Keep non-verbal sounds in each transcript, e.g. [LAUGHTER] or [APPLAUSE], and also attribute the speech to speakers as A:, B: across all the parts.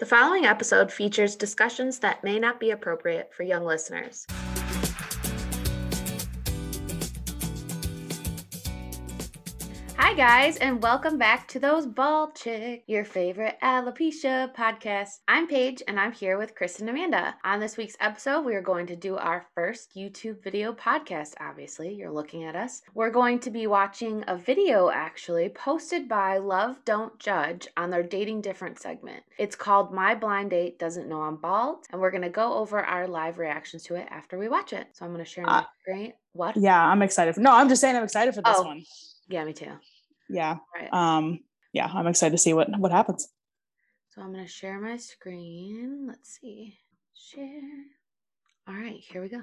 A: The following episode features discussions that may not be appropriate for young listeners. Hi, guys, and welcome back to Those Bald Chick, your favorite alopecia podcast. I'm Paige, and I'm here with Chris and Amanda. On this week's episode, we are going to do our first YouTube video podcast. Obviously, you're looking at us. We're going to be watching a video actually posted by Love Don't Judge on their Dating Different segment. It's called My Blind Date Doesn't Know I'm Bald, and we're going to go over our live reactions to it after we watch it. So I'm going to share my
B: Uh,
A: screen. What?
B: Yeah, I'm excited. For, no, I'm just saying I'm excited for this
A: Oh.
B: one.
A: Yeah, me too.
B: Yeah.
A: Right.
B: Um yeah, I'm excited to see what what happens.
A: So I'm going to share my screen. Let's see. Share. All right, here we go.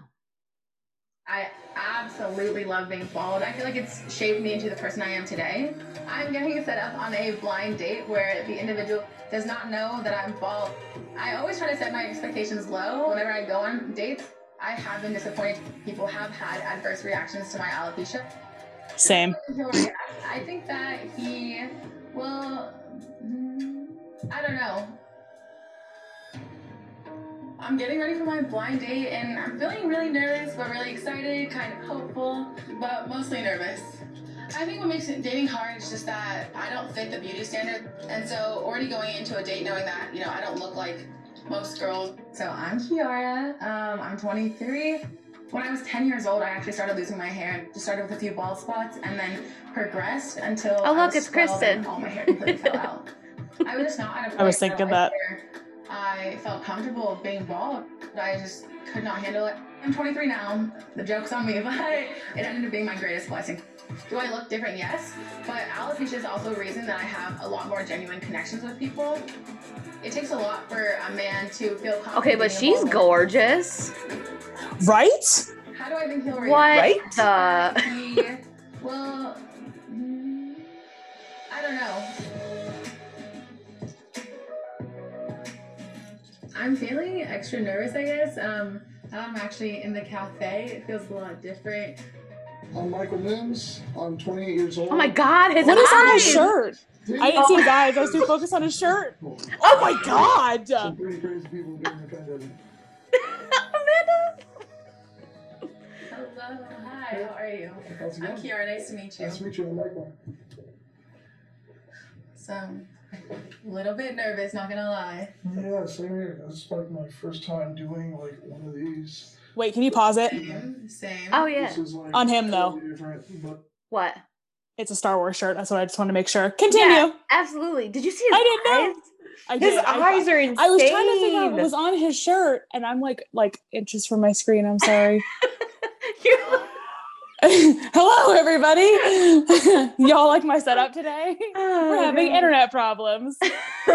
C: I absolutely love being bald. I feel like it's shaped me into the person I am today. I'm getting set up on a blind date where the individual does not know that I'm bald. I always try to set my expectations low whenever I go on dates. I have been disappointed. People have had adverse reactions to my alopecia.
B: Same.
C: He'll react. I think that he will. mm, I don't know. I'm getting ready for my blind date and I'm feeling really nervous but really excited, kind of hopeful, but mostly nervous. I think what makes it dating hard is just that I don't fit the beauty standard. And so already going into a date knowing that, you know, I don't look like most girls. So I'm Kiara. Um, I'm 23. When I was 10 years old, I actually started losing my hair. Just started with a few bald spots and then progressed until.
A: Oh,
C: I
A: look,
C: was
A: it's
C: 12
A: Kristen.
C: and All my hair completely fell out. I was just not at a
B: [LAUGHS]
C: point
B: I was
C: in my
B: thinking that.
C: life where I felt comfortable being bald. I just could not handle it. I'm 23 now. The joke's on me, [LAUGHS] but it ended up being my greatest blessing. Do I look different? Yes. But alopecia is also a reason that I have a lot more genuine connections with people. It takes a lot for a man to feel comfortable.
A: Okay, but
C: being a
A: she's
C: bald man.
A: gorgeous.
B: Right?
C: How do I think he'll
A: What
C: react?
A: the?
C: He well, mm, I don't know. I'm feeling extra nervous, I guess. Um, now I'm actually in the cafe. It feels a lot different.
D: I'm Michael Mims. I'm 28 years old.
A: Oh my God, his
B: What is on his
A: eyes. [LAUGHS]
B: shirt? I didn't see
E: Oh.
B: his eyes. I was too focused on his
E: [LAUGHS]
B: shirt. Oh my god.
D: Some pretty crazy people getting offended.
C: Hello, hi, how are you?
D: How's it
C: I'm
D: going?
C: Kiara, nice to meet you.
D: Nice to meet you. I'm Michael.
C: So, a little bit nervous, not gonna lie.
D: Yeah, same here. That's like my first time doing like one of these.
B: Wait, can you pause it?
C: Same, same.
A: Oh yeah.
D: This is like
B: On him, though.
D: totally different, but
A: What?
B: It's a Star Wars shirt. That's what I just want to make sure. Continue.
A: Absolutely. Did you see his
B: I didn't
A: eyes?
B: I
E: His
B: did. I-
E: eyes are insane.
B: I was trying to figure out what was on his shirt, and I'm like, like inches from my screen. I'm sorry. [LAUGHS]
A: [LAUGHS] You-
B: Hello, everybody. [LAUGHS] Y'all like my setup today? [LAUGHS] We're having
E: Oh,
B: internet problems. Um,
E: [LAUGHS]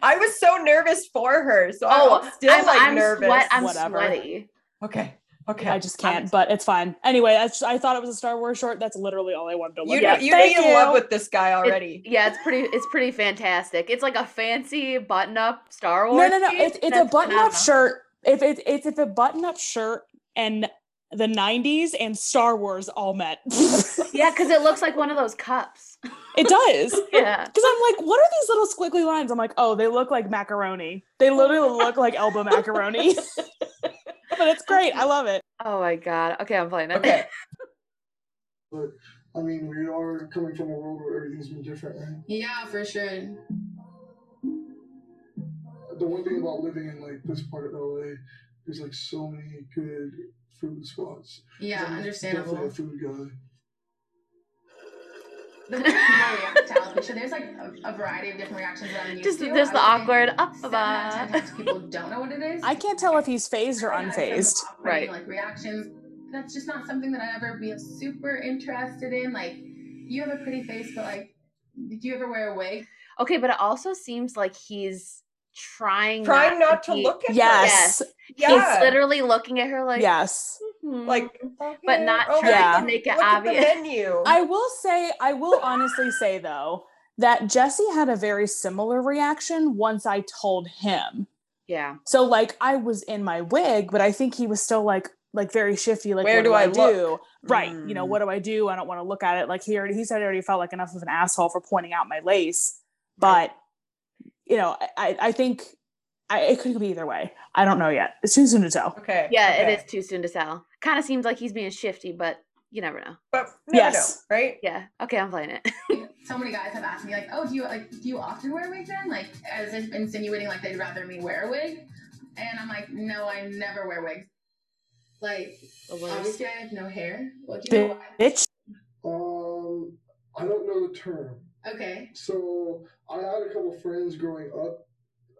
E: I was so nervous for her, so
A: Oh,
E: I'm still
A: I'm,
E: like
A: I'm
E: nervous.
A: sweat- I'm
B: Whatever.
A: sweaty.
E: okay, okay.
B: I just can't, but it's fine. Anyway, that's I thought it was a Star Wars short. That's literally all I wanted to
E: you
B: look
E: know,
B: at.
E: you
B: Thank
E: know you in love with this guy already.
A: Yeah, it's pretty. It's pretty fantastic. It's like a fancy button-up Star Wars.
B: no, no, no.
A: piece.
B: It's, it's a
A: That's
B: button-up
A: phenomenal.
B: shirt. If it's it's if a button-up shirt and the '90s and Star Wars all met, [LAUGHS] it
A: Yeah, because it looks like one of those cups.
B: does.
A: Yeah.
B: Because I'm like, what are these little squiggly lines? I'm like, oh, they look like macaroni. They literally look like elbow macaroni. [LAUGHS] but it's great. I love it.
A: Oh my god. Okay, I'm playing it.
E: Okay,
D: I mean, we are coming from a world where everything's been different. Right?
C: Yeah, for sure.
D: The one thing about living in like this part of LA, there's like so many good food spots.
C: Yeah,
D: I'm Definitely a
C: understandable.
D: food guy.
C: The way people react to alopecia, there's like a, a variety of different reactions that I'm
A: [LAUGHS]
C: used
A: Just
C: to.
A: there's the
C: I would think
A: awkward uh, up
C: seven out of ten
A: ba
C: times people don't know what
A: [LAUGHS]
C: it is.
B: I can't tell if he's phased or
C: Yeah, in terms of
B: unfazed.
C: operating,
A: Right.
C: Like reactions. That's just not something that I ever be super interested in. Like, you have a pretty face, but like, did you ever wear a wig?
A: [LAUGHS] Okay, but it also seems like he's trying
E: trying not to
A: be-
E: look at her.
B: Yes.
E: Yeah,
A: He's literally looking at her like
B: Yes.
A: "Hmm."
E: like,
A: But not
E: oh my
B: trying to
E: God,
A: make it
E: look at
A: obvious.
E: the menu.
B: I will say, I will honestly say though, that Jesse had a very similar reaction once I told him.
A: yeah.
B: So like I was in my wig, but I think he was still like like very shifty, like
E: Where
B: what
E: do I
B: do?
E: look? Mm.
B: Right. You
E: Hmm.
B: know, what do I do? I don't want to look at it. Like he already he said he already felt like enough of an asshole for pointing out my lace. But you know, I- I, I think I, it could be either way. I don't know yet. It's too soon to tell.
E: Okay.
A: Yeah,
E: okay.
A: it is too soon to tell. Kind of seems like he's being shifty, but you never know.
E: But never
B: Yes.
E: know, right?
A: Yeah. Okay, I'm playing it. [LAUGHS]
C: so many guys have asked me like, "Oh, do you like do you often wear a wig then?" Like as if insinuating like they'd rather me wear a wig, and I'm like, "No, I never wear wigs. Like
A: The worst.
C: obviously I have no hair. Like you know
B: Bitch.
C: what?
D: Um, I don't know the term.
C: Okay,
D: So I had a couple friends growing up,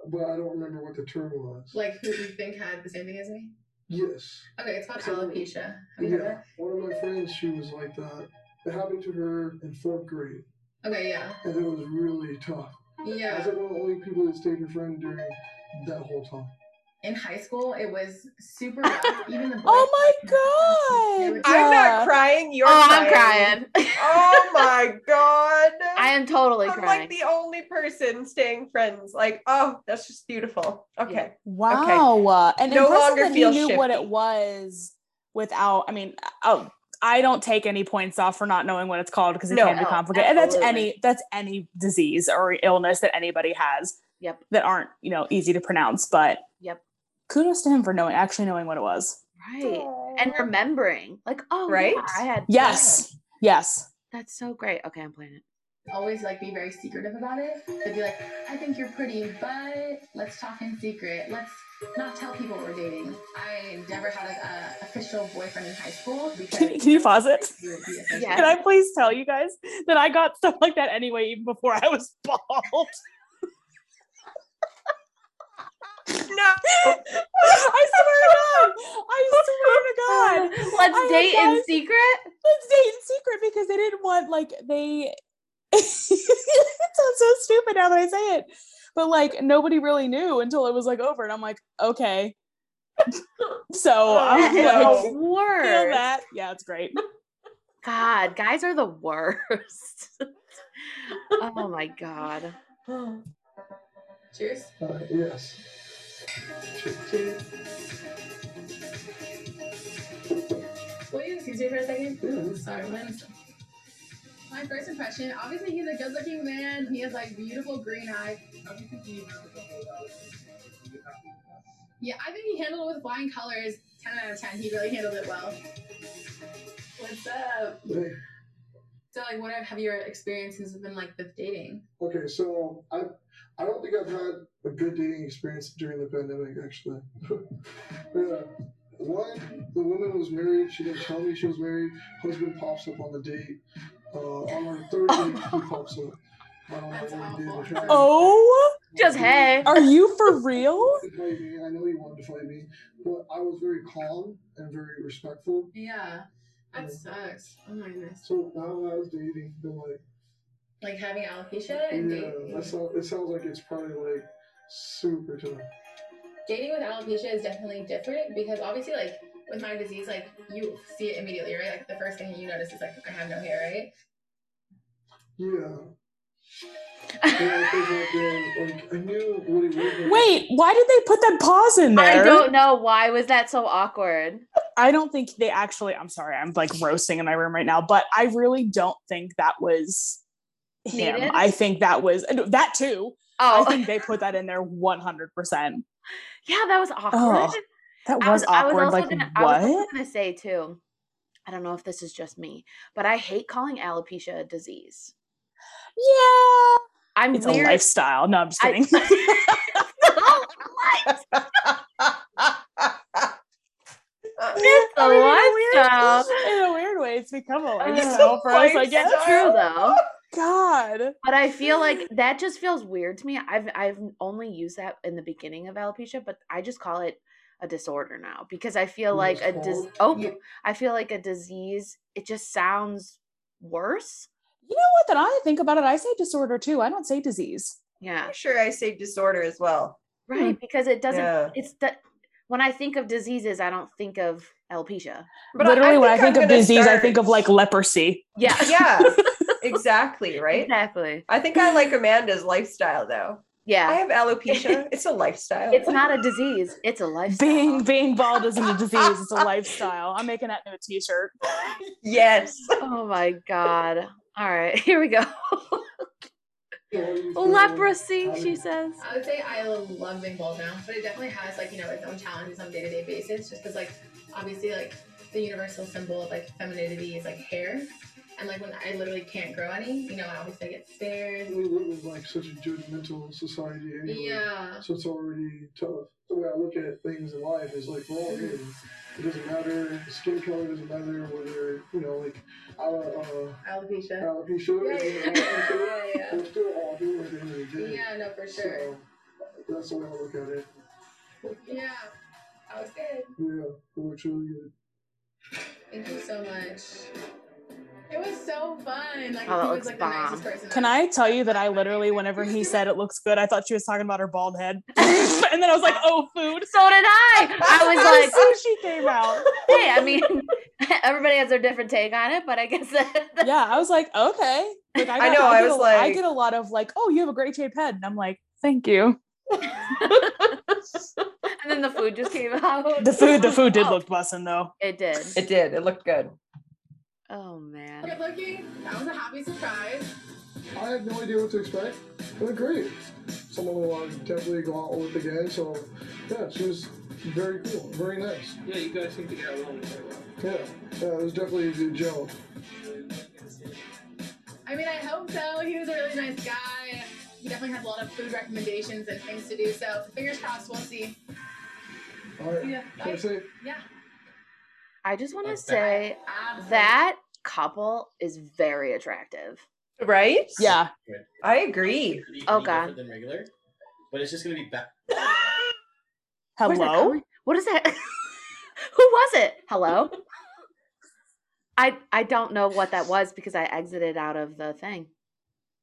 D: but I don't remember what the term was.
C: like who do you think had the same thing as me?
D: Yes.
C: Okay, it's called
D: So-
C: alopecia. Have you heard of
D: Yeah. One of my friends, she was like that. It happened to her in fourth grade,
C: that? Okay, yeah,
D: and it was really tough. I was
C: yeah.
D: like one of the only people that stayed her friend during that whole time.
C: In high school, it was
B: [LAUGHS]
C: super rough. Even the boys.
B: Oh
C: They
B: my
C: were-
B: god!
E: I'm
B: Yeah.
E: not crying. You're
A: Oh, I'm
E: crying.
A: crying. [LAUGHS]
E: Oh my god.
A: I am totally
E: I'm
A: crying.
E: like the only person staying friends. Like, oh, that's just beautiful. Okay.
A: Yeah.
B: Wow. uh, And
E: No
B: impressive
E: longer
B: that he
E: feel
B: knew what
E: shifty.
B: it was without, I mean, oh, I don't take any points off for not knowing what it's called because it
E: No.
B: can be
A: No,
B: complicated. And that's
A: absolutely.
B: any that's any disease or illness that anybody has
A: Yep.
B: that aren't, you know, easy to pronounce. But
A: Yep.
B: kudos to him for knowing actually knowing what it was.
A: Right.
E: [GASPS]
A: And remembering. Like, oh right?
E: Right?
A: I had
B: Yes. Yes.
A: that's so great. Okay, I'm playing it.
C: always like be very secretive about it. They'd be like, I think you're pretty, but let's talk in secret. Let's not tell people we're dating. I never had an uh, official boyfriend in high school
B: Can,
C: because
B: can you pause it?
C: you would be official.
A: Yeah.
B: Can I please tell you guys that I got stuff like that anyway, even before I was bald?
E: No.
B: I swear to God. I [LAUGHS] swear to God.
A: [LAUGHS] Let's
B: I
A: date
B: had
A: in
B: guys-
A: secret.
B: let's date in secret because they didn't want like they [LAUGHS] it sounds so stupid now that I say it. But like nobody really knew until it was like over. And I'm like, okay. [LAUGHS] so I'm
E: Oh,
B: like,
E: no.
A: It's
B: feel
A: worse.
B: that. Yeah, it's great.
A: God, guys are the worst. [LAUGHS] oh my
B: [LAUGHS]
A: god.
C: Cheers.
D: Uh, yes.
C: Cheers. Will you excuse me for a second?
D: Yeah.
C: Sorry, one second. My first impression, obviously he's a good looking man. He has like beautiful green eyes. Yeah, I think he handled it with flying colors. 10 out of 10. He really handled it well. What's up?
D: Hey,
C: So, like, what have your experiences been like with dating?
D: Okay, so I I don't think I've had a good dating experience during the pandemic actually. [LAUGHS] yeah. One, the woman was married. She didn't tell me she was married. Husband pops up on the date. Uh, on her third date,
A: [LAUGHS]
D: he pops up. I don't know
C: That's
D: what he did
C: awful.
D: to her.
B: Oh,
A: Just hey.
B: are you for real?
D: wanted to fight me. I know you wanted to fight me, but I was very calm and very respectful.
C: Yeah, that sucks. Oh my goodness.
D: So now that I was dating, they're like,
C: Like, having alopecia and
D: yeah,
C: dating.
D: that sounds, it sounds like it's probably like super tough.
C: dating with alopecia is definitely different because obviously like with my disease like you see it immediately right like the first thing you notice is like i have no hair right
D: Yeah. And I think I've been, like, I knew what it was. like-
B: Wait, why did they put that pause in there?
A: I don't know why was that so awkward.
B: I don't think they actually I'm sorry, I'm like roasting in my room right now, but I really don't think that was him.
A: Needed?
B: I think that was that too.
A: Oh
B: I think they put that in there 100%.
A: [LAUGHS] yeah, that was awkward.
B: Oh, That was,
A: I was I was
B: awkward.
A: also
B: like,
A: gonna I was also
B: what?
A: gonna say too. I don't know if this is just me, but I hate calling alopecia a disease.
B: Yeah.
A: I'm
B: It's
A: weird.
B: a lifestyle. No, I'm just
A: I- [LAUGHS]
B: [LAUGHS] kidding.
A: It's a
B: I mean, [LAUGHS] in weird-
A: lifestyle. Uh,
B: in a weird way, it's become a
E: so
B: lifestyle for us, I guess. Oh,
A: It's true though.
B: God.
A: But I feel like that just feels weird to me. I've I've only used that in the beginning of alopecia, but I just call it a disorder now because I feel
D: You
A: like
D: just
A: a dis-
D: call
A: oh
D: it- Yeah.
A: I feel like a disease. It just sounds worse.
B: You know what? Then I think about it. I say disorder too. I don't say disease.
A: Yeah,
E: I'm sure I say disorder as well.
A: right. Because it doesn't.
E: Yeah.
A: It's that when I think of diseases, I don't think of alopecia.
E: But
B: Literally, when I
E: I'm
B: think of
E: gonna
B: disease, I
E: start-
B: think of like leprosy.
A: Yeah,
E: [LAUGHS] yeah, [LAUGHS]
B: [LAUGHS]
E: exactly, right?
A: exactly.
E: I think I like Amanda's lifestyle though. I
A: Yeah,
B: [LAUGHS]
E: have alopecia. It's a lifestyle. [LAUGHS]
A: it's not a disease. [LAUGHS] It's a lifestyle.
B: Being being bald isn't a disease, it's a lifestyle. I'm making that into a t-shirt.
E: yes.
A: [LAUGHS] Oh my god. All right, here we go. Leprosy, she says.
C: I would say I love being bald now, but it definitely has like you know its own challenges on a day to day basis. Just because like obviously like the universal symbol of like femininity is like hair, and like when I literally can't grow any, you know, I obviously get stares.
D: We live in like such a judgmental society anyway.
C: Yeah.
D: So it's already tough. The way I look at things in life is like, well, hey, it doesn't matter. Skin color doesn't matter. Whether you know, like, our uh,
C: Alopecia.
D: alopecia.
C: Oh, Yeah,
D: you know,
C: yeah,
D: so
C: yeah, yeah.
D: We're still all human at the end of the day.
C: Yeah, no, for sure.
D: So that's the way I look at it.
C: Yeah. I was good.
D: Yeah, it looks really good.
C: Thank you so much. It was so fun. Like,
A: Oh, that
C: he
A: looks
C: was like
A: bomb.
C: the nicest person.
B: Can
C: I've-
B: I tell you that I literally, whenever he said it looks good, I thought she was talking about her bald head, [LAUGHS] and then I was like, "Oh, food."
A: So did I. I was like,
B: sushi came out.
A: hey, I mean, [LAUGHS] everybody has their different take on it, but I guess [LAUGHS] that.
B: Yeah, I was like, "Okay." Like,
E: I know, I
B: get
E: was
B: a- I
E: like-
B: get a lot of like, "Oh, you have a great shaped head," and I'm like, "Thank you."
A: and then the food just came out.
B: [LAUGHS] The food,
A: [LAUGHS]
B: the food did
A: Oh,
B: look bussin' though.
A: It did.
E: It did. It looked good.
A: Oh man.
C: Good looking. That was a happy surprise.
D: I had no idea what to expect. It was great. Someone who I would definitely go out with again. So yeah, she was very cool, very nice.
F: Yeah, you guys seem to get along quite well.
D: Yeah, yeah, it was definitely a good gel.
C: I mean, I hope so. He was a really nice guy. He definitely has a lot of food recommendations and things to do. So fingers crossed. We'll see.
D: All right.
C: Yeah.
D: Can I say
C: Yeah.
A: I just want to
F: Okay.
A: say
C: Absolutely.
A: that couple is very attractive.
E: Right?
B: Yeah,
E: I agree.
F: Pretty-
A: Oh,
F: pretty
A: God.
F: different Than regular, but it's just gonna be
G: [LAUGHS]
F: back.
A: Where's that
B: hello.
A: coming- What is that? [LAUGHS] Who was it?
B: [LAUGHS]
A: Hello? I I don't know what that was because I exited out of the thing.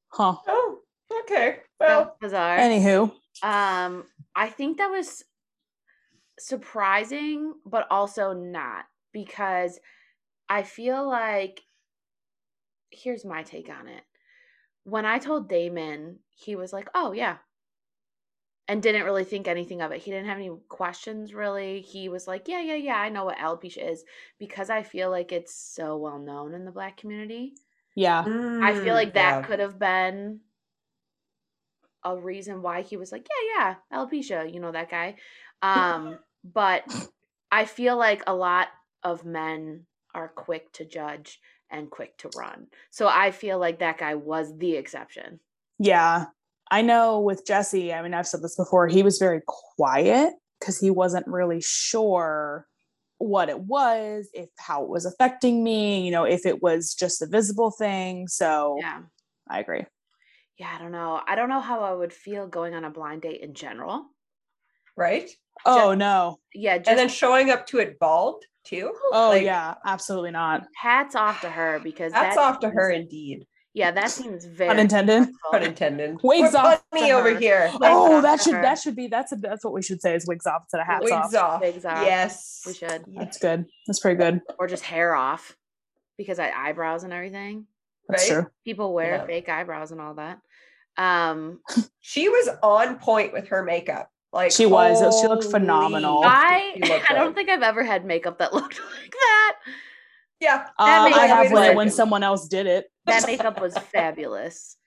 B: Huh.
E: Oh, okay.
A: That
E: Well,
A: was bizarre.
B: Anywho,
A: Um, I think that was surprising, but also not because I feel like here's my take on it. When I told Damon, he was like, "Oh yeah," and didn't really think anything of it. He didn't have any questions really. He was like, "Yeah, yeah, yeah. I know what alopecia is because I feel like it's so well known in the Black community."
B: yeah.
A: I feel like that
E: Mm, yeah.
A: could have been a reason why he was like, yeah, yeah, alopecia, you know that guy. Um,
E: [LAUGHS]
A: but I feel like a lot of men are quick to judge and quick to run. So I feel like that guy was the exception.
B: Yeah. I know with Jesse, I mean, I've said this before, he was very quiet because he wasn't really sure what it was, if how it was affecting me, you know, if it was just a visible thing. So
A: Yeah.
B: I agree.
A: Yeah, I don't know. I don't know how I would feel going on a blind date in general.
E: right.
B: Oh, no.
A: Yeah, just
E: And then showing up to it bald too.
B: Oh,
E: Like,
B: yeah. Absolutely not.
A: hats off to her because
E: That's
A: that
E: off to her,
A: seems-
E: indeed.
A: Yeah, that seems very
B: Unintended.
A: disrespectful.
E: Pun intended.
B: Wigs
E: We're
B: off
E: punny
A: to
E: over
A: her.
E: here.
A: [LAUGHS] Like,
B: oh,
A: off
B: that
A: to
B: should
A: her.
B: that should be that's a, that's what we should say is wigs off instead of hats
E: Wigs
B: off.
E: off.
A: Wigs off.
E: Yes.
A: We should.
B: That's good. That's pretty good.
A: or just hair off because I eyebrows and everything.
B: That's
E: Right?
B: true.
A: People wear
E: Yeah.
A: fake eyebrows and all that. Um,
E: She was on point with her makeup. Like
B: She was. She looked
E: holy
B: phenomenal. Oh,
A: I
E: did she
A: [LAUGHS]
E: look
A: I don't
E: good.
A: think I've ever had makeup that [LAUGHS] looked like that.
E: Yeah.
B: Uh,
A: That makes
B: I have
A: sense.
B: when, when someone else did it.
A: That makeup was fabulous.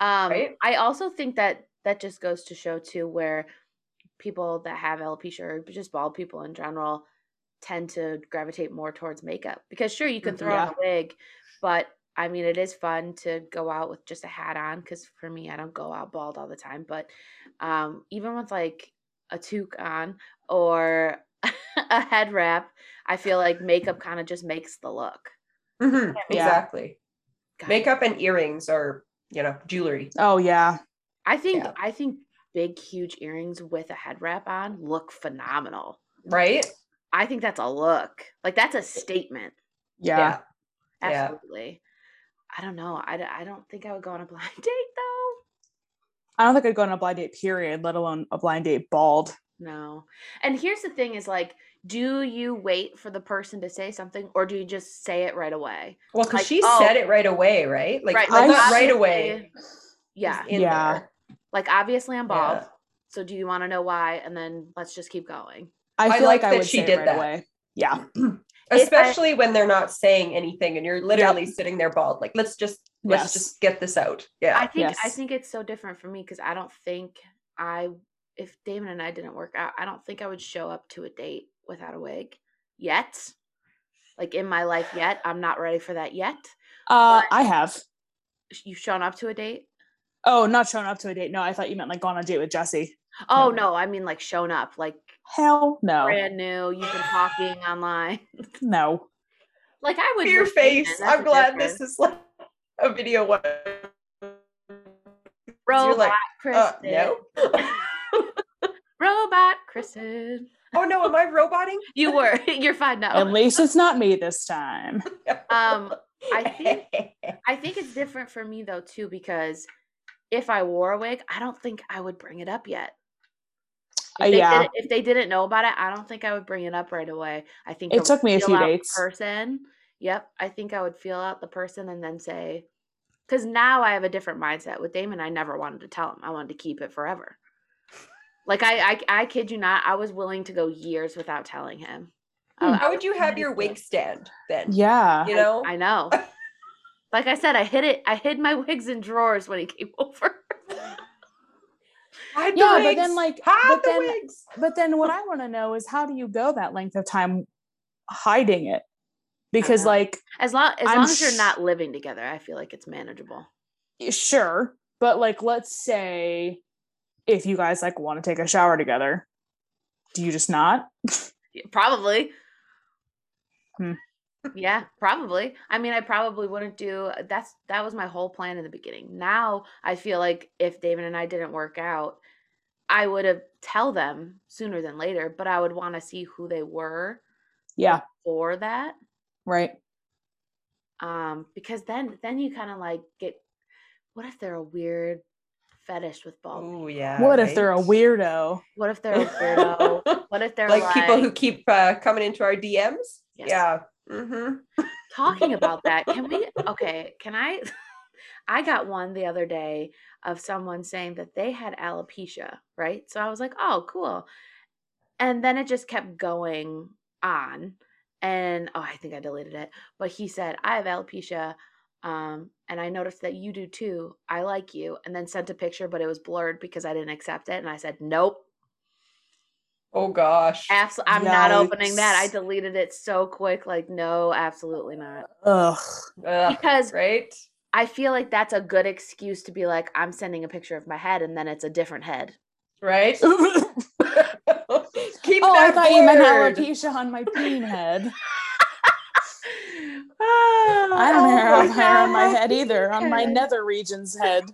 A: Um,
E: Right?
A: I also think that that just goes to show too where people that have alopecia or just bald people in general tend to gravitate more towards makeup because sure you can
E: Mhm.
A: throw on a wig, but I mean it is fun to go out with just a hat on because for me I don't go out bald all the time, but um, even with like a toque on or [LAUGHS] a head wrap, I feel like makeup kind of just makes the look.
E: Mhm,
B: Yeah.
E: Exactly.
A: God,
E: Makeup and earrings or, you know, jewelry.
B: Oh yeah.
A: I think
E: Yeah.
A: I think big huge earrings with a head wrap on look phenomenal.
E: Right?
A: I think that's a look. Like that's a statement.
B: Yeah.
E: Yeah.
A: Absolutely. I don't know. I, d- I don't think I would go on a blind [LAUGHS] date though.
B: I don't think I'd go on a blind date, period, let alone a blind date bald.
A: No. And here's the thing is like, do you wait for the person to say something or do you just say it right away?
E: Well, because
A: Like,
E: she
A: oh.
E: said it right away, right? Like,
A: right.
E: well,
B: like,
E: not right
A: obviously-
E: away.
A: Yeah.
E: It's in
B: Yeah.
E: there.
A: Like obviously I'm bald.
E: Yeah.
A: So do you want to know why? And then let's just keep going.
B: I feel like,
E: like
B: I
E: that
B: would
E: she
B: say it
E: did
B: right
E: that.
B: away. Yeah.
A: If I-
E: Especially when they're not saying anything and you're literally sitting there bald. Like, let's just Let's
B: Yes.
E: just get this out. Yeah.
A: I think I
B: Yes.
A: think it's so different for me because I don't think I if Damon and I didn't work out, I don't think I would show up to a date without a wig yet. Like in my life yet. I'm not ready for that yet.
B: Uh, I have.
A: Sh- You've shown up to a date?
B: Oh, not shown up to a date. No, I thought you meant like gone on a date with Jesse.
A: Oh
B: No.
A: no, I mean like shown up, like
B: Hell no,
A: brand new, you've been talking online. [LAUGHS]
B: no.
A: Like I would
E: your
A: with Damon,
E: face.
A: that's
E: I'm
A: a
E: glad
A: difference.
E: this is like a video one.
A: robot
E: like,
A: Kristen.
E: Uh, no.
A: Robot Kristen.
E: Oh no, am I roboting?
A: You were. [LAUGHS] You're fine
E: Oh.
A: now.
B: At least it's not me this time.
A: Um, I think- I think it's different for me though too because if I wore a wig, I don't think I would bring it up yet.
B: Uh,
A: If they
B: yeah.
A: didn't- if they didn't know about it, I don't think I would bring it up right away. I think
B: It
A: I would
B: took me a
A: feel
B: few
A: out the
B: dates.
A: Person. Yep. I think I would feel out the person and then say, because now I have a different mindset. With Damon, I never wanted to tell him. I wanted to keep it forever. Like I, I, I kid you not, I was willing to go years without telling him.
B: Hmm.
A: I- I
E: [LAUGHS] How would you have your
A: was-
E: wig stand then? [LAUGHS]
B: Yeah.
E: You know?
A: I know. like I said, I hid it. I hid my [LAUGHS] wigs in drawers when he came [LAUGHS] over.
E: Hide the
B: Yeah, but then,
E: wigs.
B: like,
E: hide
B: but
E: the
B: then-
E: wigs.
B: But then what I want to know is how do you go that length of time hiding it? Because
A: know.
E: Uh-huh.
B: like
A: As long as
B: I'm
A: long as you're
B: sh-
A: not living together, I feel like it's manageable.
B: sure, but like let's say if you guys like want to take a shower together, do you just not?
A: Yeah, Probably.
B: Hmm.
A: Yeah, probably. I mean, I probably wouldn't do that's that was my whole plan in the beginning. Now I feel like if David and I didn't work out, I would have tell them sooner than later, but I would want to see who they were
B: Yeah,
A: for that.
B: right.
A: Um, because then then you kind of like get what if they're a weird fetish with bald? men?
E: Oh yeah.
B: what if they're a
E: right? [LAUGHS]
B: weirdo?
A: What if they're a weirdo? what if they're
E: like,
A: like,
E: people who keep uh, coming into our DMs?
A: Yes.
E: Yeah. Mm-hmm.
A: talking about that can we okay can i [LAUGHS] i got one the other day of someone saying that they had alopecia right so i was like oh cool and then it just kept going on and oh i think i deleted it but he said i have alopecia um and i noticed that you do too i like you and then sent a picture but it was blurred because i didn't accept it and i said nope
E: Oh gosh.
A: absolutely i'm not opening that i
B: Yikes.
A: deleted it so quick like no absolutely not
B: Ugh.
E: Ugh,
A: because
E: right?
A: I feel like that's a good excuse to be like, I'm sending a picture of my head, and then it's a different [SIGHS] head.
E: Right?
B: [LAUGHS]
E: Keep
B: oh, I
E: [LAUGHS] that
B: Oh, thought you meant
E: blurred.
B: alopecia on my peen [LAUGHS] head. I
E: I
B: don't
A: Oh
B: have
E: my
B: hair on my
E: God.
B: head either, on my
E: head.
B: nether regions head.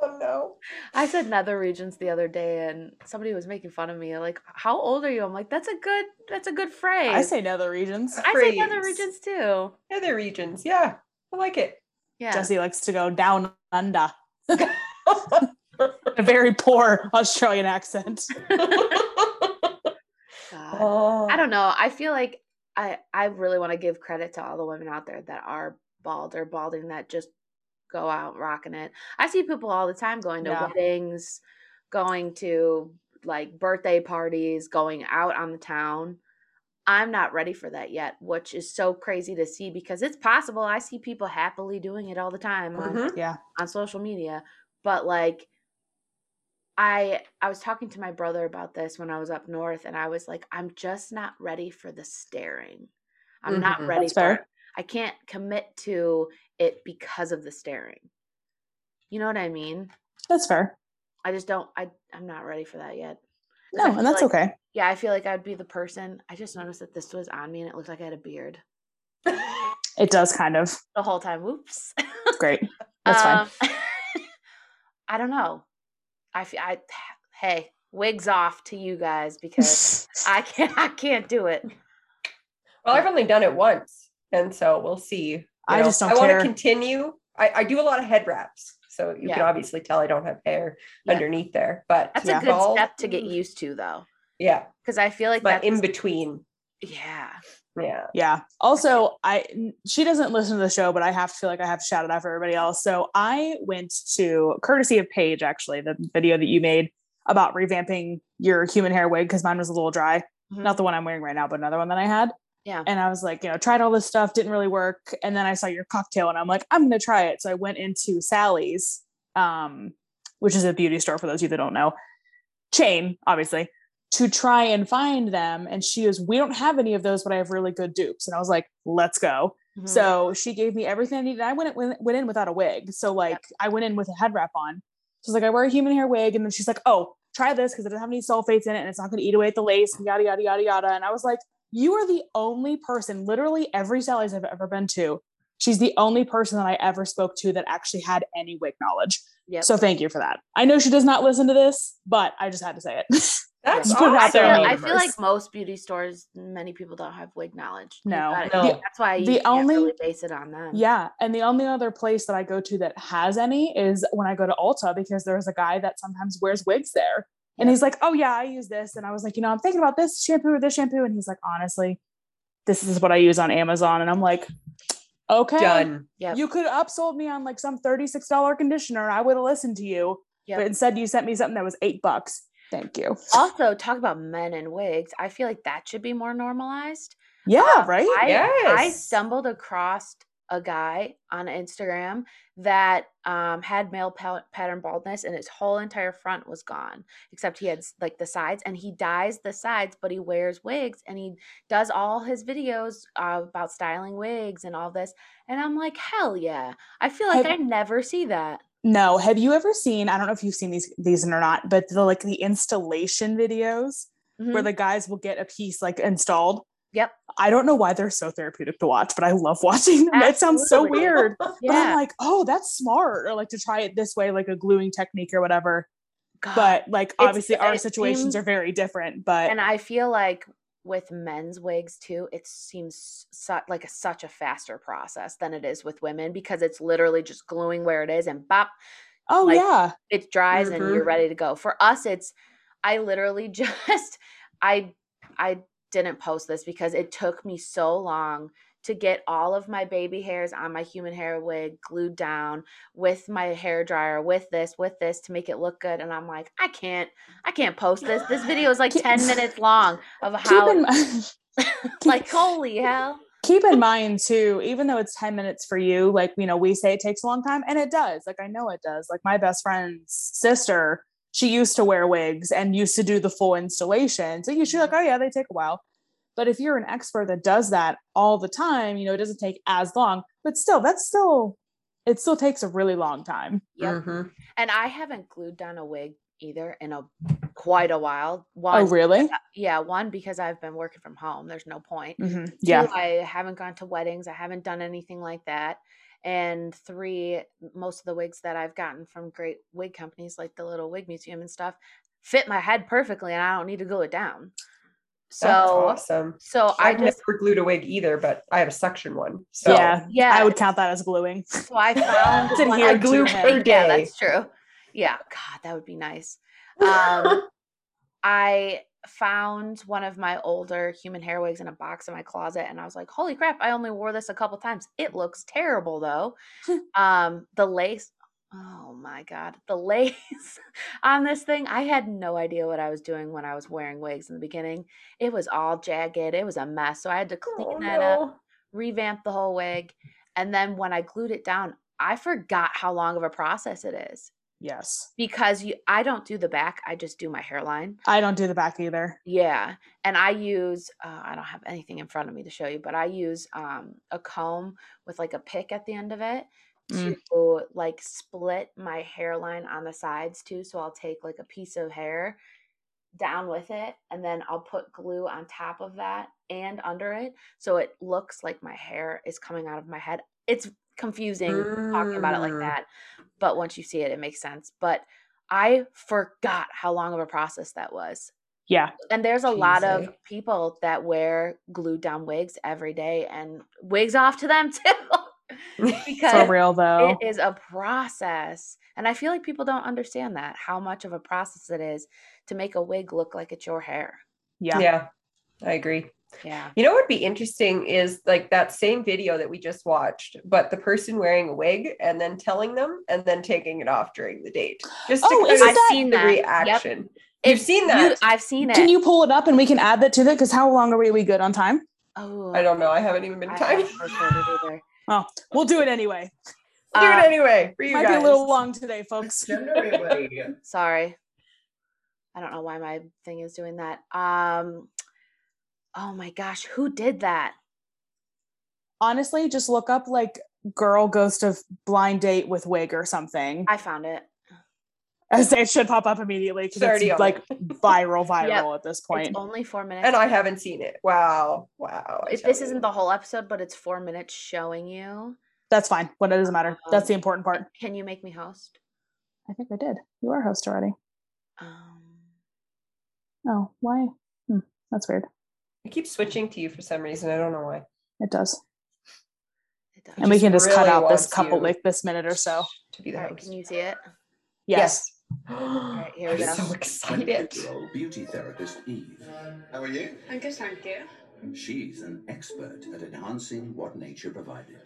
E: Oh no.
A: I said nether regions the other day, and somebody was making fun of me. Like, how old are you? I'm like, that's a good, that's a good phrase.
B: I say nether regions.
A: I say nether
E: phrase.
A: regions too.
E: Other regions. Yeah. I
A: [LAUGHS]
E: like it. [LAUGHS]
A: Yeah,
B: Jesse likes to go down under. [LAUGHS] A very poor Australian accent.
A: God.
E: oh.
A: I don't know. I feel like I, I really want to give credit to all the women out there that are bald or balding that just go out rocking it. I see people all the time going to
B: Yeah.
A: weddings, going to like birthday parties, going out on the town. I'm not ready for that yet, which is so crazy to see because it's possible. I see people happily doing it all the time on
E: Mhm.
B: Yeah.
A: on social media but like i i was talking to my brother about this when i was up north and i was like i'm just not ready for the staring i'm not
E: Mhm.
A: ready
B: Mm-hmm. That's
A: for
B: fair.
A: it i can't commit to it because of the staring you know what i mean
B: That's fair.
A: i just don't i i'm not ready for that yet 'Cause
B: No,
A: I
B: and
A: feel
B: that's
A: like-
B: okay.
A: yeah i feel like i'd be the person i just noticed that this was on me and it looked like i had a beard
B: It does kind of.
A: the whole time whoops
B: Great. That's [LAUGHS] fine.
A: Um, [LAUGHS] I don't know. I fe- I hey, wigs off to you guys
B: [LAUGHS]
A: because I can't I can't do it.
E: Well, I've only done it once, and so we'll see. you
B: I just don't
E: I
B: care.
E: want to continue. I, I do a lot of head wraps, so you can
A: Yeah.
E: obviously tell I don't have hair
A: Yeah.
E: underneath there. But
A: That's
B: Yeah.
A: a good
E: bald-
A: step to get used to though,
E: Yeah,
A: because I feel like
E: but
A: that.
E: in between.
A: yeah,
E: Yeah.
B: Yeah. Also, I n- she doesn't listen to the show, but I have to feel like I have to shout it out for everybody else. So I went to courtesy of Paige, actually, the video that you made about revamping your human hair wig because mine was a little dry.
A: Mhm.
B: Not the one I'm wearing right now, but another one that I had.
A: Yeah.
B: And I was like, you know, tried all this stuff, didn't really work. And then I saw your cocktail and I'm like, I'm going to try it. So I went into Sally's, um, which is a beauty store for those of you that don't know, chain, obviously, to try and find them. And she was, we don't have any of those, but I have really good dupes. And I was like, let's go.
A: Mhm.
B: So she gave me everything I needed. I went, went, went in without a wig. So like I went in with a head wrap on. She's like, I wear a human hair wig. And then she's like, oh, try this because it doesn't have any sulfates in it and it's not going to eat away at the lace and yada, yada, yada, yada. And I was like, you are the only person, literally every Sally's I've ever been to, she's the only person that I ever spoke to that actually had any wig knowledge.
A: Yep.
B: So thank you for that. I know she does not listen to this, but I just had to say it. [LAUGHS]
E: That's
B: Yeah. Put it out
E: awesome.
B: there
A: Oh, I
B: in
A: feel,
B: the
A: I feel
B: universe.
A: like most beauty stores, many people don't have wig knowledge. You
B: No,
A: gotta-
E: no.
A: That's why you
B: The
A: can't
B: only-
A: really base it on them.
B: Yeah. And the only other place that I go to that has any is when I go to Ulta because there's a guy that sometimes wears wigs there. And he's like, Oh, yeah, I use this. And I was like, You know, I'm thinking about this shampoo or this shampoo. And he's like, Honestly, this is what I use on Amazon. And I'm like, Okay.
E: Done.
A: Yep.
B: You could have upsold me on like some $36 conditioner. I would have listened to you.
A: Yep.
B: But instead, you sent me something that was eight bucks. Thank you.
A: also, talk about men and wigs. I feel like that should be more normalized.
B: Yeah.
A: Um,
B: right.
A: I, I
E: Yes.
A: stumbled across a guy on Instagram that um, had male pa- pattern baldness, and his whole entire front was gone, except he had s- like the sides, and he dyes the sides, but he wears wigs, and he does all his videos uh, about styling wigs and all this. And I'm like, hell yeah! I feel like
B: Have-
A: I never see that.
B: No, have you ever seen? I don't know if you've seen these these or not, but the like the installation videos where
A: Mhm.
B: the guys will get a piece like installed.
A: Yep.
B: I don't know why they're so therapeutic to watch, but I love [LAUGHS] watching them. It sounds so
A: Absolutely. [LAUGHS]
B: weird. But I'm
A: Yeah,
B: like, oh, that's smart. Or like to try it this way, like a gluing technique or whatever.
A: [SIGHS] God.
B: But like obviously our
A: it
B: situations
A: seems-
B: are very different. But
A: and I feel like with men's wigs too, it seems su- like a, such a faster process than it is with women because it's literally just gluing where it is and bop,
B: oh
A: like-
B: yeah.
A: it dries and
B: Mm-hmm.
A: you're
E: Mhm.
A: ready to go. For us, it's I literally [LAUGHS] just I I didn't post this because it took me so long to get all of my baby hairs on my human hair wig glued down with my hair dryer with this with this to make it look good and I'm like I can't I can't post this
B: [GASPS]
A: this video is like
B: Keep-
A: 10 minutes long of
B: Keep
A: how [LAUGHS]
B: in [LAUGHS] mind
A: like holy hell
B: keep in mind too, even though it's 10 minutes for you, like, you know, we say it takes a long time and it does. Like, I know it does. Like, my best friend's sister, she used to wear wigs and used to do the full installation. So you should be like, oh, yeah, they take a while. But if you're an expert that does that all the time, you know, it doesn't take as long, but still, that's still, it still takes a really long time.
A: Yep.
E: Mhm.
A: and I haven't glued down a wig either in a quite a while
B: Oh,
A: one
B: really?
A: yeah one because i've been working from home there's no point
B: Mhm.
A: Two,
B: Yeah.
A: i haven't gone to weddings i haven't done anything like that and three most of the wigs that i've gotten from great wig companies like the little wig museum and stuff fit my head perfectly and i don't need to glue it down so
E: That's awesome.
A: so i
E: I've
A: just
E: never glued a wig either, but I have a suction one. So [LAUGHS]
B: Yeah.
A: yeah
B: I would count that as gluing.
A: so i found
B: It's in
A: one-
B: here
E: I
B: to
E: glue
B: your head.
E: per
A: yeah
E: day.
A: that's true yeah god that would be nice Um, I found one of my older human hair wigs in a box in my closet and I was like, "Holy crap, I only wore this a couple times. It looks terrible
E: [LAUGHS]
A: though." um the lace Oh my god, the [LAUGHS] lace on this thing. I had no idea what I was doing when I was wearing wigs in the beginning. It was all jagged. It was a mess. So I had to clean
E: Oh,
A: that up
E: no.
A: revamp the whole wig. And then when I glued it down, I forgot how long of a process it is
B: Yes.
A: because you, I don't do the back, I just do my hairline.
B: I don't do the back either.
A: Yeah. And I use, uh, I don't have anything in front of me to show you, but I use um, a comb with like a pick at the end of it
B: Mm.
A: to like split my hairline on the sides too. So I'll take like a piece of hair down with it and then I'll put glue on top of that and under it. So it looks like my hair is coming out of my head. It's confusing talking about it like
E: Mm.
A: that. But once you see it, it makes sense. But I forgot how long of a process that was
B: Yeah.
A: and there's a lot of
E: Crazy.
A: people that wear glued down wigs every day and wigs off to them [LAUGHS]
E: [LAUGHS]
A: too because
B: For real though.
A: it is a process and i feel like people don't understand that how much of a process it is to make a wig look like it's your hair
B: yeah.
E: yeah. I agree.
A: yeah
E: You know what would be interesting is like that same video that we just watched, but the person wearing a wig and then telling them and then taking it off during the date. Just to
B: Oh,
E: kind of
B: isn't
E: see
B: that-
A: Seen
E: the
A: that. Yep.
E: reaction. You've seen that.
A: i've seen it
B: Can you pull it up and we can add that to that? Because how long are we, we good on time?
A: Oh,
E: I don't know. I haven't even been
A: I
E: time. [LAUGHS]
A: haven't recorded either.
B: Oh, we'll do it anyway.
E: Do
A: Uh,
E: it anyway for you
B: Might
E: guys.
B: be a little long today, folks.
F: Send everybody.
A: Sorry. I don't know why my thing is doing that. Um Oh my gosh, who did that?
B: Honestly, just look up like girl ghost of blind date with wig or something.
A: I found it.
B: I say it should pop up immediately because
E: It's already
B: it's
E: on.
B: like [LAUGHS] viral, viral
A: Yep.
B: at this point.
A: It's only 4 minutes.
E: and I haven't seen it. Wow. Wow. I
A: If
E: tell
A: this
E: you.
A: isn't the whole episode, but it's 4 minutes showing you.
B: That's fine. What it doesn't matter. That's the
A: Um,
B: important part.
A: Can you make me host?
B: I think I did. You are host already.
A: Um
B: Oh, why? Hmm, that's weird.
E: I keep switching to you for some reason. I don't know why.
B: It does.
A: it
E: He
B: and we
E: just
B: can just cut
E: really
B: out this
E: wants
B: couple,
E: you
B: like this minute or so.
E: To be the
A: All right,
E: host. [GASPS]
A: can you see it?
B: Yes.
E: Alright,
A: here
E: I'm
A: we go. [LAUGHS]
E: so excited.
H: 22-year-old beauty therapist Eve.
F: How are you?
C: I'm good, thank you.
H: She's an expert at enhancing what nature provided.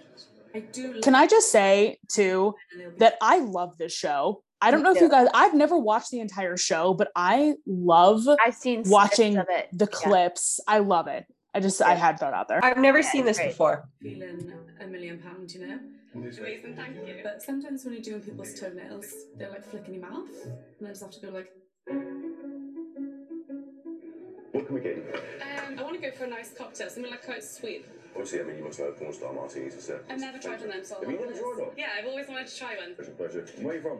I: I do.
B: Can I just say, too,
I: love
B: that I love this show? I don't
A: Me
B: know if you
A: too.
B: guys, I've never watched the entire show, but I love
A: I've seen snips
B: Watching
A: of it.
B: the
A: Yeah.
B: clips. I love it. I just, I
A: Yeah.
B: had that out there.
E: I've never seen this
A: great.
E: before.
I: feeling a million pounds, you know.
C: Amazing, thank you.
I: But sometimes when you're doing people's toenails, they're like flicking your mouth, and I just have to go like,
J: What can we get you?
I: um, I want to go for a nice cocktail, something like quite sweet.
J: Obviously, I mean, you must know porn star martinis are served.
I: I've never tried one of them, so I'll
J: Have you
I: have
J: never
I: this.
J: tried one?
I: Yeah, I've always wanted to try one.
J: It's a pleasure. Where are you from?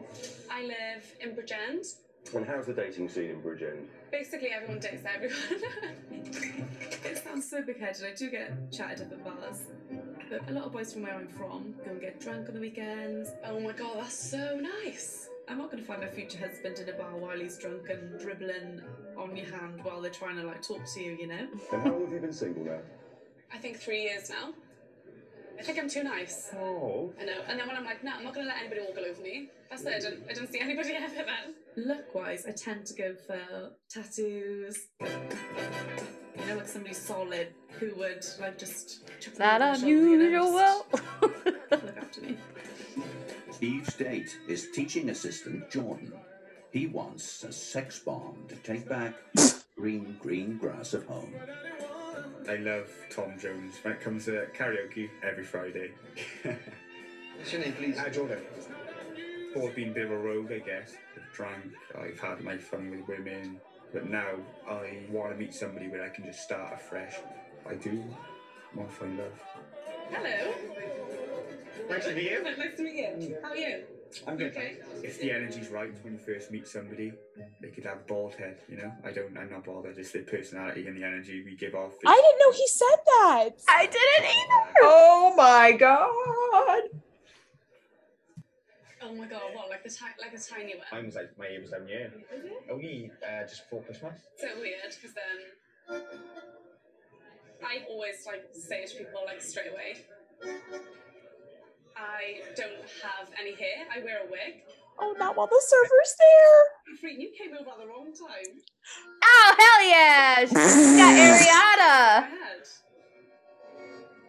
I: I live in Bridgend.
J: And how's the dating scene in Bridgend?
I: Basically, everyone dates everyone. [LAUGHS] it sounds so big-headed. I do get chatted up at bars, but a lot of boys from where I'm from go and get drunk on the weekends. Oh my god, that's so nice. I'm not gonna find my future husband in a bar while he's drunk and dribbling on your hand while they're trying to like talk to you. You know.
J: And how long have you been single now?
I: I think three years now. I think I'm too nice.
J: Oh.
I: I know. And then when I'm like, no, I'm not gonna let anybody walk all over me. That's it. I don't, I don't see anybody [LAUGHS] ever then. Look wise, I tend to go for tattoos. You know, like somebody solid who would like just. chuck me
A: Not
I: over the shoulder, you know,
A: unusual.
I: just Look after me.
H: Eve's date is teaching assistant Jordan. He wants a sex bomb to
J: [LAUGHS]
H: take back green, green grass of home.
G: I love Tom Jones. When it comes to karaoke, every Friday.
F: What's your name, please?
G: Ah, Jordan. Or been a bit of a rogue, I guess. I've drunk. I've had my fun with women, but now I want to meet somebody where I can just start afresh. I do want to find love.
I: Hello.
G: Nice to meet you.
I: [LAUGHS] Nice to meet you. How are you?
G: I'm
I: You
G: good.
I: Okay.
G: If the energy's right when you first meet somebody, they could have bald head. You know, I don't. I'm not bothered. It's their personality and the energy we give off. is-
B: I didn't know he said that.
A: I didn't either.
E: Oh my god.
I: Oh my god, what? Like the ti- like a tiny one.
G: Mine was like my ear was down here. Only uh, just before Christmas.
I: so weird because um, I always like say to people like straight away, I don't have any hair. I wear a wig.
B: Oh, not while the server's there.
I: You freak, you came over at the wrong time.
A: [LAUGHS] Oh hell yeah! She's
C: Uh.
A: got Ariana.
I: Bad.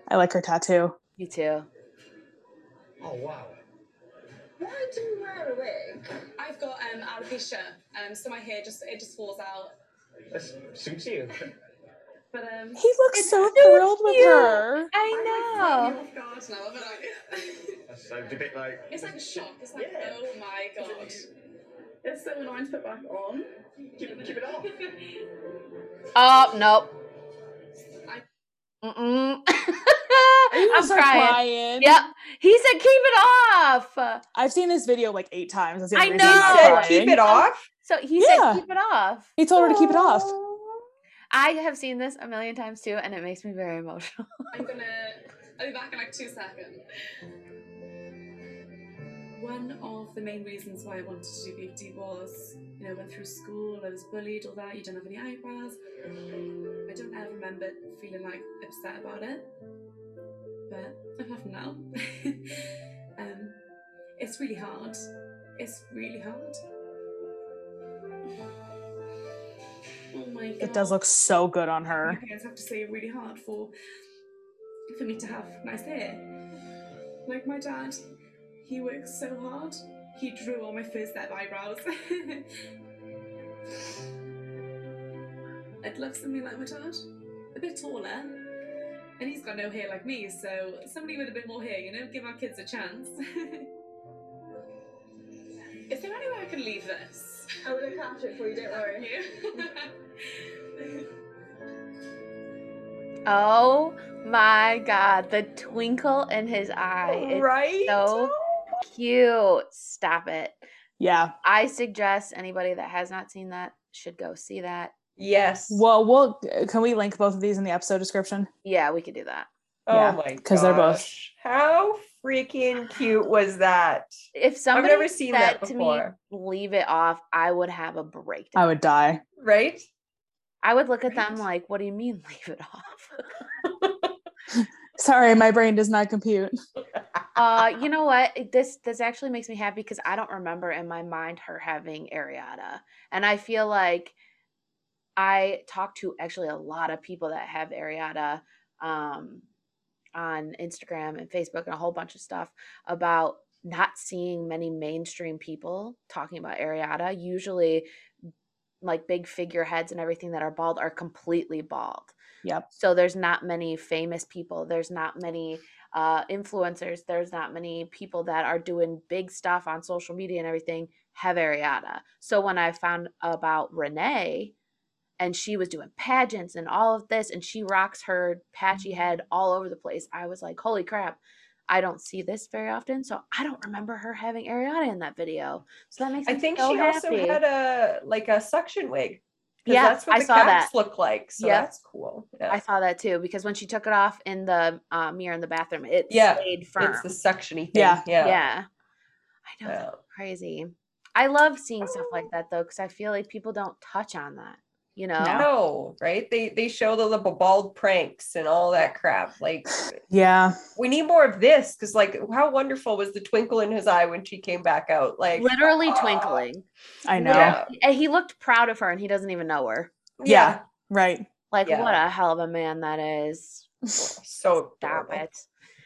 B: I like her tattoo.
A: Me too.
G: Oh wow.
C: Why do you wear a wig?
I: I've got um alopecia, um, so my hair just it just falls out.
G: That suits you.
I: But um,
B: He looks
A: It's
B: so
A: so
B: thrilled with
A: cute.
B: her.
C: Oh,
A: I know.
I: Like, God, no, but like,
G: That's sounds a bit like.
I: it's like a shock. It's like,
G: Yeah.
I: oh my god. It's so annoying to put back on.
G: Keep, keep it on.
A: Oh nope. Mm-mm. [LAUGHS] I'm
B: Start
A: crying.
B: crying.
A: Yep. He said, "Keep it off."
B: I've seen this video like eight times. That's the only
A: I
B: reason I'm
A: know.
B: not
E: He said
B: crying.
E: keep it off.
A: So he
B: Yeah.
A: said, "Keep it off."
B: He told her to keep it off.
A: I have seen this a million times too, and it makes me very emotional. [LAUGHS]
I: I'm gonna. I'll be back in like two seconds. One of the main reasons why I wanted to do beauty was, you know, I went through school, I was bullied, all that, you don't have any eyebrows. I don't ever remember feeling like upset about it. But apart from now, [LAUGHS] um, it's really hard. It's really hard. Oh my god.
B: It does look so good on her.
I: My parents have to slave really hard for for me to have nice hair. Like my dad, he works so hard. He drew on my first set of eyebrows. [LAUGHS] I'd love something like my dad, a bit taller, And he's got no hair like me, so somebody with a bit more hair, you know, give our kids a chance. [LAUGHS] Is there any way I can leave this?
K: I will look after it for you, don't worry.
I: [LAUGHS]
K: [LAUGHS]
A: Oh my god, the twinkle in his eye. It's
B: Right?
A: So cute. Stop it.
B: Yeah.
A: I suggest anybody that has not seen that should go see that.
E: Yes.
B: Well, we'll can we link both of these in the episode description?
A: Yeah, we could do that.
E: Oh
B: Yeah,
E: my
B: 'cause they're both-
E: gosh. How freaking cute was that?
A: If somebody
E: never seen
A: said
E: that
A: to me,
E: before.
A: leave it off, I would have a breakdown.
B: I would die.
E: Right?
A: I would look at them like, what do you mean [LAUGHS] leave it off?
B: Sorry, my brain does not compute.
A: uh, you know what? It- This this actually makes me happy because I don't remember in my mind her having Ariana, and I feel like I talk to actually a lot of people that have Ariana um, on Instagram and Facebook and a whole bunch of stuff about not seeing many mainstream people talking about Ariana. Usually, like big figureheads and everything that are bald are completely bald.
B: Yep.
A: So there's not many famous people. There's not many uh, influencers. There's not many people that are doing big stuff on social media and everything have Ariana. So when I found about Renee and she was doing pageants and all of this and she rocks her patchy
E: Mm-hmm.
A: head all over the place, I was like, holy crap. I don't see this very often, so I don't remember her having Ariana in that video. So that makes me
E: I think
A: so
E: she
A: happy.
E: also had a like a suction wig. 'cause
A: Yeah,
E: that's what
A: I
E: the
A: saw
E: caps
A: that.
E: look like. So
A: Yeah.
E: that's cool.
A: I
E: Yeah.
A: saw that too because when she took it off in the uh, mirror in the bathroom, it
E: Yeah,
A: stayed firm.
E: It's the suctiony thing.
B: Yeah.
E: Yeah.
A: I know that's
E: Yeah.
A: crazy. I love seeing stuff like that though because I feel like people don't touch on that. You know,
E: No, right? They they show the little bald pranks and all that crap. Like
B: Yeah.
E: we need more of this because like how wonderful was the twinkle in his eye when she came back out? Like
A: literally
E: "Ah."
A: twinkling.
B: I know.
E: Yeah.
A: And he looked proud of her, and he doesn't even know her.
E: Yeah.
B: Right.
A: Like
E: Yeah.
A: what a hell of a man that is.
E: So
A: Stop
E: adorable,
A: it.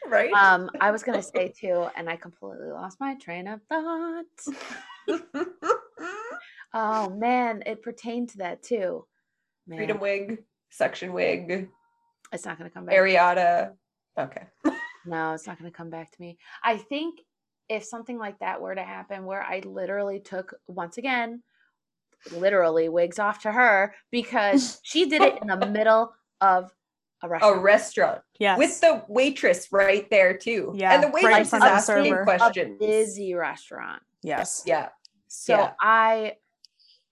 E: Right?
A: Um, I was gonna say too, and I completely lost my train of thought. Um, Oh man, it pertained to that too. Man,
E: [LAUGHS] Freedom wig, suction wig,
A: it's not gonna come back.
E: Ariada. Okay.
A: No, it's not going to come back to me. I think if something like that were to happen, where I literally took, once again, literally wigs off to her
B: [LAUGHS]
A: because she did it in the middle of a
E: A
A: restaurant.
E: restaurant.
B: Yes.
E: with the waitress right there too.
B: Yeah,
E: and the
B: right in
E: waitress
B: front of
E: is
B: the
E: asking
B: server.
A: a
E: questions.
A: busy restaurant.
B: yes.
E: yeah,
A: So
E: Yeah.
A: I,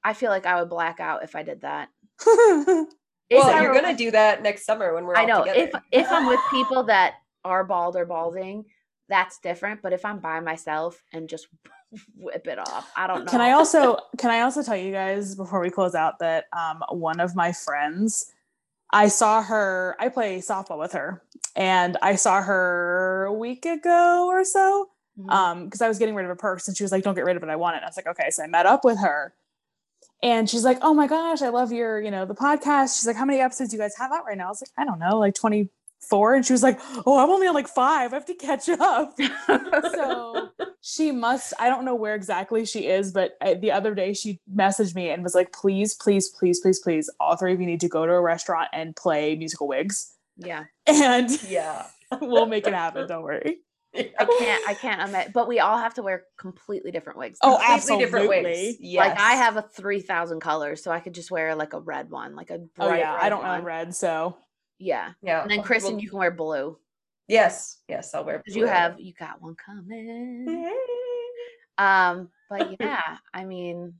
A: I feel like I would black out if I did that. If
E: well,
A: I
E: you're
A: were
E: gonna do that next summer when we're all
A: I know
E: together.
A: if if I'm with people that are bald or balding, that's different. But if I'm by myself and just [LAUGHS] whip it off, I don't know.
B: Can I also can I also tell you guys before we close out that um, one of my friends, I saw her. I play softball with her, and I saw her a week ago or so
A: Mhm.
B: um because I was getting rid of a purse, and she was like, "Don't get rid of it. I want it." And I was like, "Okay." So I met up with her, and she's like, "Oh my gosh, I love your you know the podcast." She's like, "How many episodes do you guys have out right now?" I was like, "I don't know, like twenty four. And she was like, "Oh, I'm only on like five. I have to
A: [LAUGHS]
B: catch up." so she must i don't know where exactly she is but uh, the other day she messaged me and was like please please please please please all three of you need to go to a restaurant and play musical wigs [LAUGHS]
A: yeah,
B: and
E: [LAUGHS] yeah,
B: we'll make it happen don't worry [LAUGHS]
A: I can't. I can't. Ima- but we all have to wear completely different wigs.
B: oh
E: completely
B: absolutely
E: different ways. Yes.
A: Like I have a three thousand colors, so I could just wear like a red one, like a bright.
B: oh yeah i
A: red
B: don't
A: one.
B: own red so
A: Yeah,
E: Yeah.
A: and then Kristen,
E: Well,
A: you can wear blue
E: Yes. Yes. I'll wear.
A: because you
E: blue.
A: have you got one coming. Um,
B: [LAUGHS]
A: but yeah, I mean,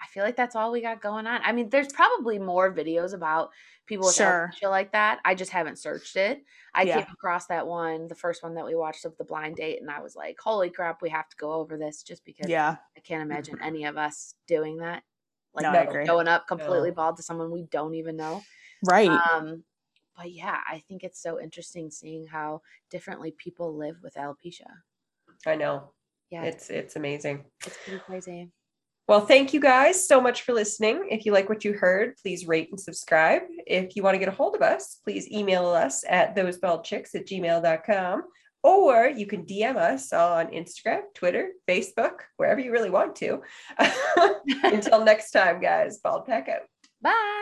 A: I feel like that's all we got going on. I mean, there's probably more videos about people with
B: Sure.
A: shit like that. I just haven't searched it. I
B: Yeah.
A: came across that one, the first one that we watched of the blind date, and I was like, holy crap, we have to go over this just because
B: yeah
A: I can't imagine any of us doing that. Like
B: No, I
A: just
B: agree.
A: showing up completely
E: No.
A: bald to someone we don't even know.
B: right
A: Um, but yeah, I think it's so interesting seeing how differently people live with alopecia.
E: I know.
A: Yeah, it's,
E: It's it's amazing.
A: it's pretty crazy.
E: Well, thank you guys so much for listening. If you like what you heard, please rate and subscribe. If you want to get a hold of us, please email us at thosebaldchicks at gmail.com or you can DM us on Instagram, Twitter, Facebook, [LAUGHS] wherever you really want to. Until next time, guys, bald pack out.
A: Bye.